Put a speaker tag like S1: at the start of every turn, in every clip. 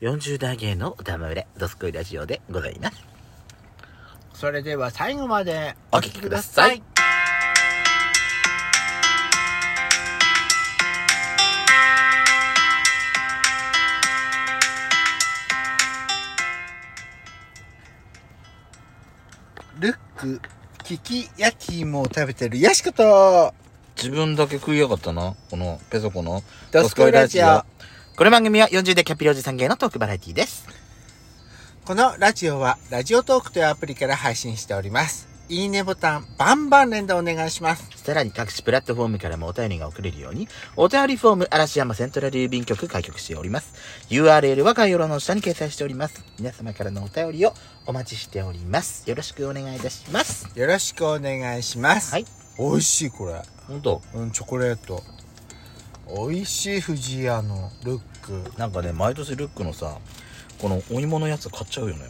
S1: 40代芸の歌ま売れ、ドスコイラジオでございます。
S2: それでは最後まで
S1: お聞きください。
S2: ルックキキ焼き芋を食べてるヤシコと
S1: 自分だけ食いやがったな、このペソコの
S2: ドスコイラジオ。
S1: この番組は40代キャピロジさん芸のトークバラエティです。
S2: このラジオはラジオトークというアプリから配信しておりますいいねボタンバンバン連打お願いします
S1: さらに各種プラットフォームからもお便りが送れるように、お便りフォーム嵐山セントラル郵便局開局しております。URL は概要欄の下に掲載しております。皆様からのお便りをお待ちしております。よろしくお願いいたします。
S2: よろしくお願いします、
S1: はい。
S2: 美味しいこれ
S1: 本当
S2: うんチョコレート美味しい藤屋のルック
S1: なんかね、毎年ルックのさ、このお芋のやつ買っちゃうよね。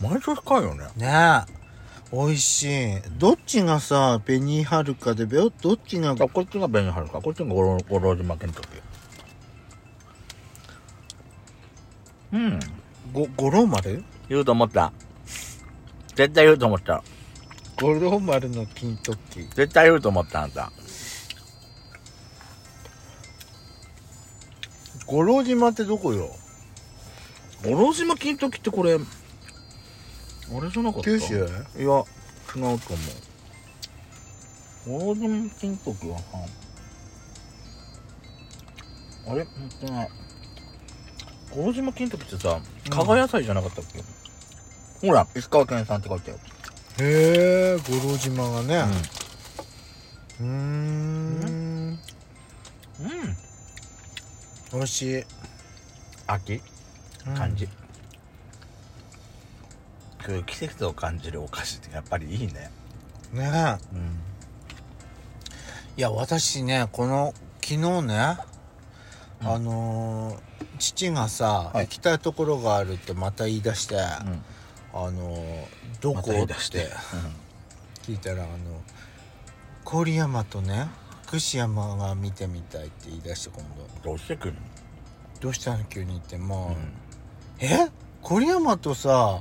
S1: 毎年買うよね。
S2: ねえ美味しいどっちがさ紅はるかでべよどっちが
S1: あ、こっちが紅はるか。こっちが五郎五郎島県時。うん。
S2: ご五郎丸
S1: 言うと思った。絶対言うと思った。
S2: 五郎丸の金時
S1: 絶対言うと思った、あんた。
S2: 五郎島ってどこよ
S1: 五郎島金時ってこれ、あれじゃなかった
S2: 九州
S1: いや、違うと思う。五郎島金時はさ、あれ本当ない。五郎島金時ってさ、加賀野菜じゃなかったっけ、ほら、石川県産って書いてある。
S2: へえ五郎島がねうーん
S1: うん。うん。
S2: 美味しい
S1: 秋
S2: 感
S1: 感じ、
S2: じ
S1: こういう季節を感じるお菓子ってやっぱりいいねうん
S2: ねえいや私ねこの昨日ね、
S1: うん
S2: あのー父がさ、
S1: はい
S2: 行きたいところがあるってまた言い出して、あ
S1: うん
S2: のーど
S1: ま
S2: こ
S1: た言い
S2: っ
S1: 出して
S2: て聞いたらあの郡山とね福知山が見てみたいって言い出して今度
S1: どうしてくるの
S2: どうしたの急に言っても、
S1: うん
S2: え郡山とさ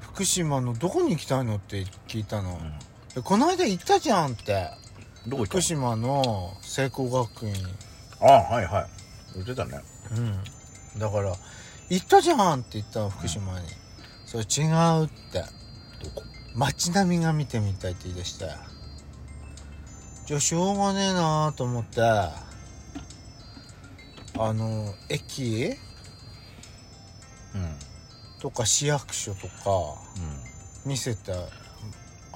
S2: 福島のどこに行きたいのって聞いたの、えこの間行ったじゃんって
S1: どこ行
S2: 福
S1: っ
S2: 島の聖光学院
S1: たのああはいはい言ってたね
S2: うんだから行ったじゃんって言ったの福島に、それ違うって
S1: どこ
S2: 街並みが見てみたいって言い出してじゃあしょうがねえなと思ってあの駅
S1: うんうん
S2: とか市役所とか見せてあ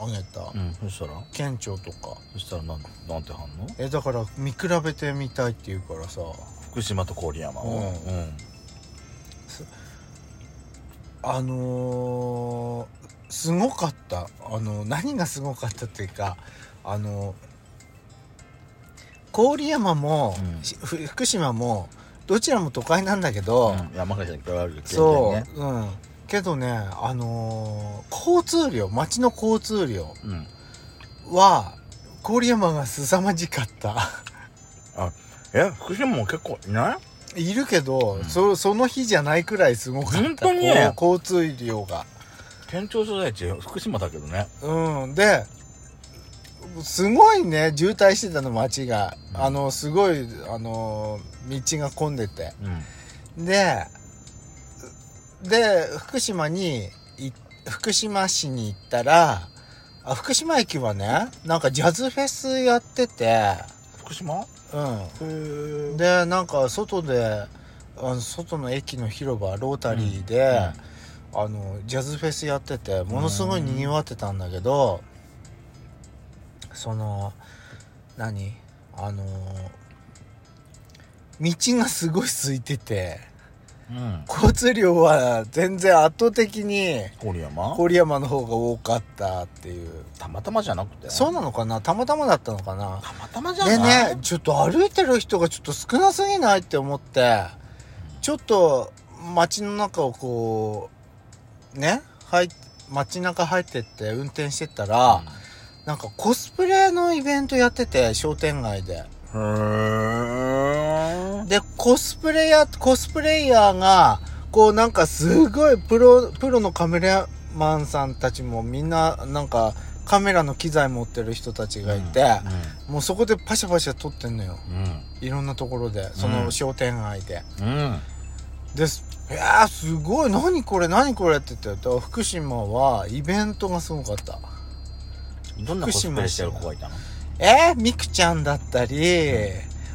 S2: げた、
S1: うんそしたら
S2: 県庁とか
S1: そしたらなんなんて反応
S2: えだから見比べてみたいって言うからさ
S1: 福島と郡山を
S2: うん
S1: うん
S2: あのーすごかったあの何がすごかったっていうかあの郡山も、
S1: うん
S2: しふ福島もどちらも都会なんだけど、
S1: うん山形に比べると
S2: そう、
S1: 全然ね
S2: うんけどねあのー交通量町の交通量
S1: うん
S2: は郡山が凄まじかった
S1: え福島も結構いない
S2: いるけど、
S1: うん
S2: そその日じゃないくらいすごかった
S1: 本当に
S2: こう交通量が
S1: 県庁所在地福島だけどね
S2: うんですごいね渋滞してたの街が、
S1: うん
S2: あのすごいあの道が混んでて
S1: うん
S2: でで福島にい福島市に行ったらあ福島駅はねなんかジャズフェスやってて
S1: 福島
S2: う
S1: へえ
S2: んでなんか外であの外の駅の広場ロータリーで、あのジャズフェスやっててものすごいにぎわってたんだけどその何あの道がすごい空いてて
S1: うん
S2: 交通量は全然圧倒的に
S1: 郡山
S2: 郡山の方が多かったっていう
S1: たまたまじゃなくて
S2: そうなのかなたまたまだったのかな
S1: たまたまじゃな
S2: で
S1: い
S2: ねちょっと歩いてる人がちょっと少なすぎないって思ってちょっと街の中をこうね入っ街中入ってって運転してったら、なんかコスプレのイベントやってて商店街で
S1: うんへね
S2: でコスプレイヤーコスプレイヤーがこうなんかすごいプロプロのカメラマンさんたちもみんななんかカメラの機材持ってる人たちがいて、もうそこでパシャパシャ撮ってんのよ
S1: う
S2: いろんなところでその商店街で、
S1: んうんうん
S2: ですいやーすごい何これ何これって言ってた福島はイベントがすごかった
S1: どんなコスプレしてる子がいたの
S2: えー、みくちゃんだったり、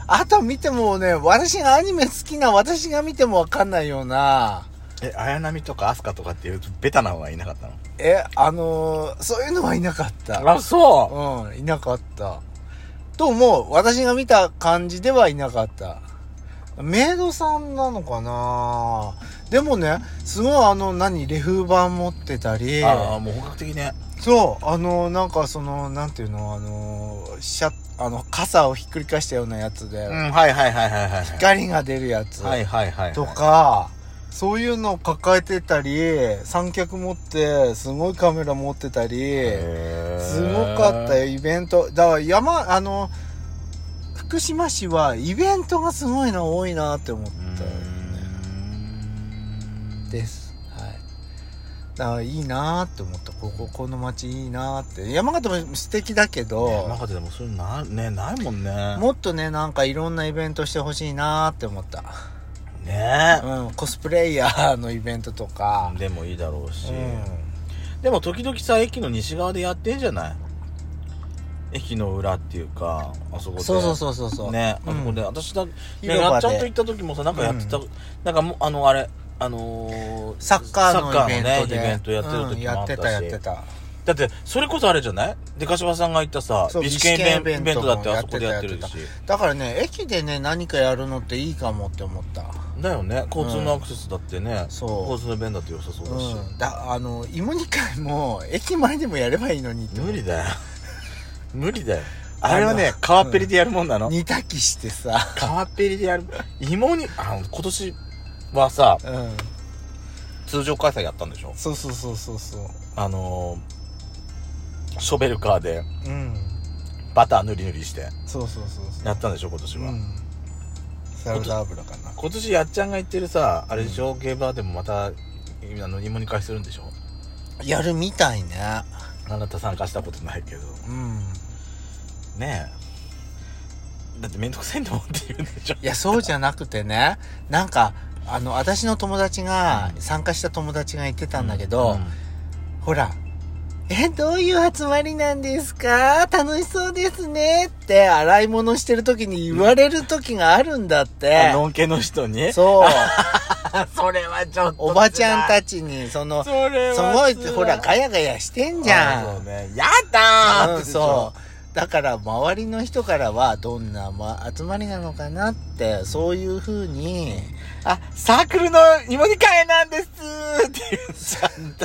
S2: あと見てもね私がアニメ好きな私が見てもわかんないような
S1: え綾波とか飛鳥とかっていうベタなのはいなかったの
S2: えあのーそういうのはいなかった
S1: そ
S2: うんいなかったと思う私が見た感じではいなかったメイドさんなのかなでもねすごいあの何レフ板持ってたり
S1: ああもう本格的ね
S2: そうあのなんかそのなんていうのあのシャあの傘をひっくり返したようなやつで、
S1: うんはいはいはいはいはい
S2: 光が出るやつ
S1: はいはいはい
S2: とか、そういうのを抱えてたり三脚持ってすごいカメラ持ってたり
S1: へー
S2: すごかったよイベントだから山あの福島市はイベントがすごいな多いなって思っ
S1: う
S2: たよね
S1: ん
S2: ですはいだからいいなって思ったこここの町いいなって山形も素敵だけど、
S1: ね中ででもそういうのな,、ね、ないもんね
S2: もっとねなんかいろんなイベントしてほしいなって思った、
S1: ね
S2: うん、コスプレイヤーのイベントとか、
S1: でもいいだろうし、
S2: う
S1: でも時々さ駅の西側でやってんじゃない駅の裏っていうかあそこ
S2: ん、
S1: で
S2: そうそうそうそうそう
S1: ねあそこで、
S2: うん
S1: 私だ、ね、
S2: 広場で
S1: やっちゃんと行った時もさなんかやってた、なんかもうあのあれあのー
S2: サッカー
S1: サッカー
S2: のイベン
S1: ね
S2: トで、
S1: イベントやってる
S2: うん
S1: 時もあ
S2: や
S1: っ
S2: ったて
S1: し、
S2: たやってた
S1: だってそれこそあれじゃないで柏さんが言ったさ
S2: そう
S1: ビシケンイベン
S2: ビ
S1: ベン
S2: シケンイベン
S1: ト
S2: ト
S1: だ
S2: も
S1: ってあそこでやってるし
S2: やってだからね駅でね何かやるのっていいかもって思った
S1: だよね交通のアクセスだってね、
S2: そう
S1: 交通の便だって良さそうだし、
S2: うん、だあの芋煮会も駅前でもやればいいのにって
S1: 無理だよ 無理だよ
S2: あの
S1: あれはね川っぺりでやるもんなの、
S2: 煮炊きしてさ、
S1: 川っぺりでやる芋にあの今年はさ
S2: うん、
S1: 通常開催やったんでしょ
S2: そうそうそうそうそう
S1: あのーショベルカーで
S2: うん
S1: バター塗り塗りして
S2: そうそうそうそ
S1: やったんでしょ今年
S2: う、
S1: は、
S2: うん、サラダ油かな
S1: 今年やっちゃんが言ってるさあれでしょ、ゲーバーでもまたあの芋に会するんでしょ
S2: やるみたいね
S1: あなた参加したことないけど
S2: うん
S1: ねえだって面倒くさいんだもんって言うんでしょ
S2: いやそうじゃなくてねなんかあの私の友達が、
S1: うん
S2: 参加した友達が言ってた
S1: なん
S2: だけど、ほら、え、どういう集まりなんですか楽しそうですねって洗い物してる時に言われる時があるんだって。
S1: のんけの人に
S2: そう。
S1: それはちょっ
S2: おばちゃんたちに、その、す
S1: それは
S2: ごい、ほら、ガヤガヤしてんじ
S1: あ
S2: ゃ。
S1: そうんねやだー
S2: うん、そう。だから、周りの人からは、どんな、ま、集まりなのかなって、そういうふうに、
S1: あサークルの芋煮会なんですーって言うん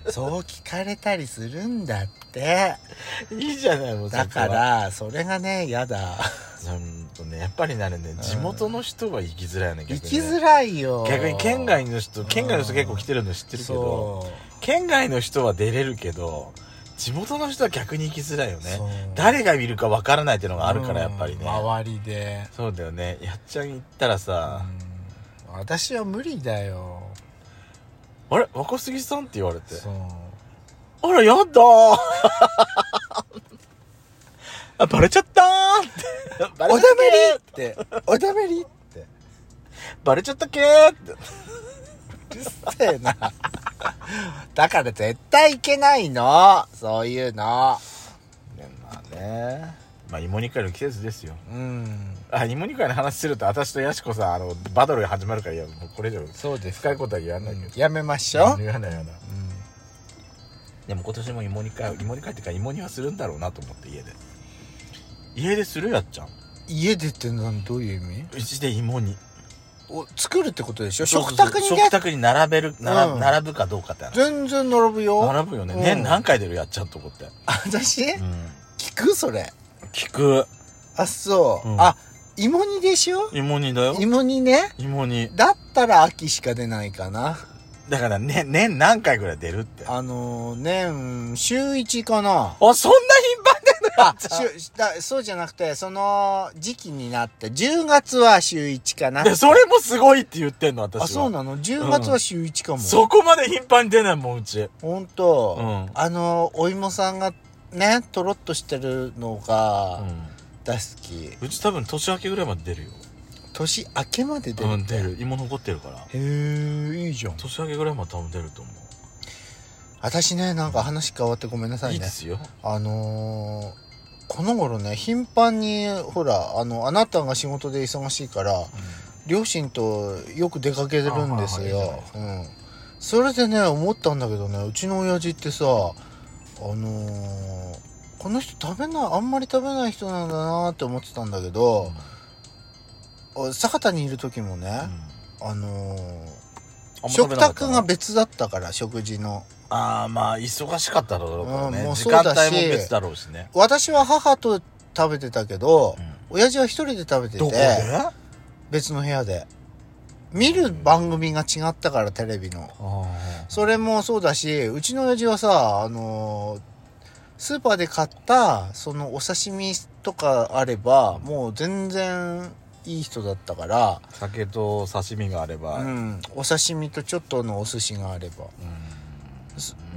S1: じ
S2: そう聞かれたりするんだって。
S1: ゃんいいじゃないもうそこは
S2: だから、それがね、やだ。
S1: うんとねやっぱりなるね地元の人は行きづらいよね
S2: 行
S1: 逆に
S2: き
S1: ね
S2: づらいよ。
S1: 逆に県外の人
S2: ん
S1: 県外の人結構来てるの知ってるけど
S2: そう
S1: 県外の人は出れるけど地元の人は逆に行きづらいよね
S2: そう
S1: 誰が見るかわからないっていうのがあるからやっぱりね、
S2: うん周りで、
S1: そうだよねやっちゃん行ったらさ
S2: うん私は無理だよ
S1: 「あれ若杉さん?」って言われて
S2: そう
S1: 「あらやだー あ」バレちゃったーって バレ
S2: お
S1: ちゃ
S2: だ
S1: ったけー
S2: めりっておだめりって
S1: バレちゃったけーって
S2: うるせえな だから絶対いけないのそういうの
S1: ねまあねまあ芋煮会の季節ですよ
S2: うん
S1: あ芋煮会の話すると私とやしこさんあのバトルが始まるからいやもうこれ以上
S2: そうです
S1: 深いことは言わないけど、
S2: やめましょう、
S1: 言わない言わない
S2: うん
S1: でも今年も芋煮会芋煮会っていうか芋煮はするんだろうなと思って家で家でするやっちゃん
S2: 家でって何どういう意味
S1: うちで芋煮
S2: お作るってことでしょ
S1: そうそうそう
S2: 食卓に
S1: 食
S2: ね
S1: 卓に並べる並,、
S2: うん
S1: 並ぶかどうかって話
S2: 全然並ぶよ
S1: 並ぶよね、
S2: うん
S1: 年何回出るやっちゃんと思って、
S2: 私、
S1: うん、
S2: 聞くそれ
S1: 聞く
S2: あそう、
S1: うん
S2: あ芋煮でしょ
S1: 芋煮だよ
S2: 芋煮ね
S1: 芋煮
S2: だったら秋しか出ないかな
S1: だからね年何回ぐらい出るってあ
S2: あのー、年週1かな
S1: そんな頻繁
S2: あしゅだそうじゃなくてその時期になって10月は週1かな
S1: でそれもすごいって言ってんの私は
S2: あそうなの10月は週1かも、
S1: そこまで頻繁に出ないもんうち
S2: ほんと、
S1: うん
S2: あのお芋さんがねとろっとしてるの
S1: う
S2: が
S1: ん
S2: 大好き、
S1: うち多分年明けぐらいまで出るよ
S2: 年明けまで出る、
S1: う
S2: へ
S1: ん出る芋残ってるから
S2: えいいじゃん
S1: 年明けぐらいまで多分出ると思
S2: 私ねなんか話変わってごめんな
S1: う
S2: さ
S1: い
S2: い
S1: いで
S2: ね
S1: すよ
S2: あのーこの頃ね頻繁にほらあのあなたが仕事で忙しいから両親とよく出かけてるんです
S1: あはいはいいい
S2: よ、うん、それでね思ったんだけどねうちの親父ってさあのーこの人食べないあんまり食べない人なんだなって思ってたんだけど、あ酒田にいる時もね、あのー食卓が別だったから食事の
S1: ああまあ忙しかっただろうからね、
S2: うんもう
S1: 時
S2: そう
S1: 間
S2: だし
S1: 帯も別だろうしね、
S2: 私は母と食べてたけど、
S1: うん
S2: 親父は一人で食べて
S1: どこで
S2: て別の部屋で見る番組が違ったからテレビのそれもそうだしうちの親父はさあのースーパーで買ったそのお刺身とかあればもう全然いい人だったから、
S1: 酒と刺身があれば、
S2: う
S1: うん
S2: ん、お刺身とちょっとのお寿司があれば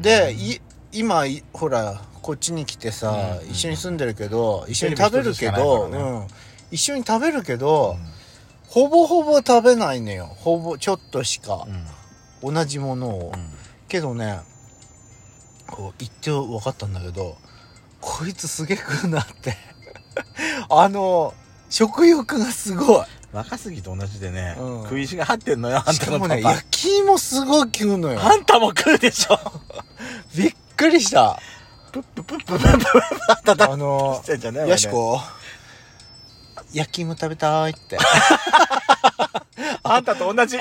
S2: でい今いほらこっちに来てさ、
S1: うん
S2: 一緒に住んでるけど一緒に
S1: テレビ
S2: 食べ
S1: 一
S2: る
S1: つし
S2: け
S1: かないからね
S2: ど、うん、一緒に食べるけど、
S1: うん
S2: ほぼほぼ食べないのよほぼちょっとしか
S1: う、ん
S2: 同じものを、
S1: うん
S2: けどねこう言って分かったんだけどこいつすげえ食うなって あの食欲がすごい
S1: 若杉と同じでね、
S2: うん
S1: 食いしが張ってんのよあん
S2: したか
S1: の
S2: も
S1: パパ、
S2: ね焼き芋すごい食うのよ
S1: あんたも食うでしょ
S2: びっくりした
S1: プッププッププッププップ叩
S2: あの
S1: いてんじゃねえわね
S2: やしこ焼き芋食べたいって
S1: あんたと同じ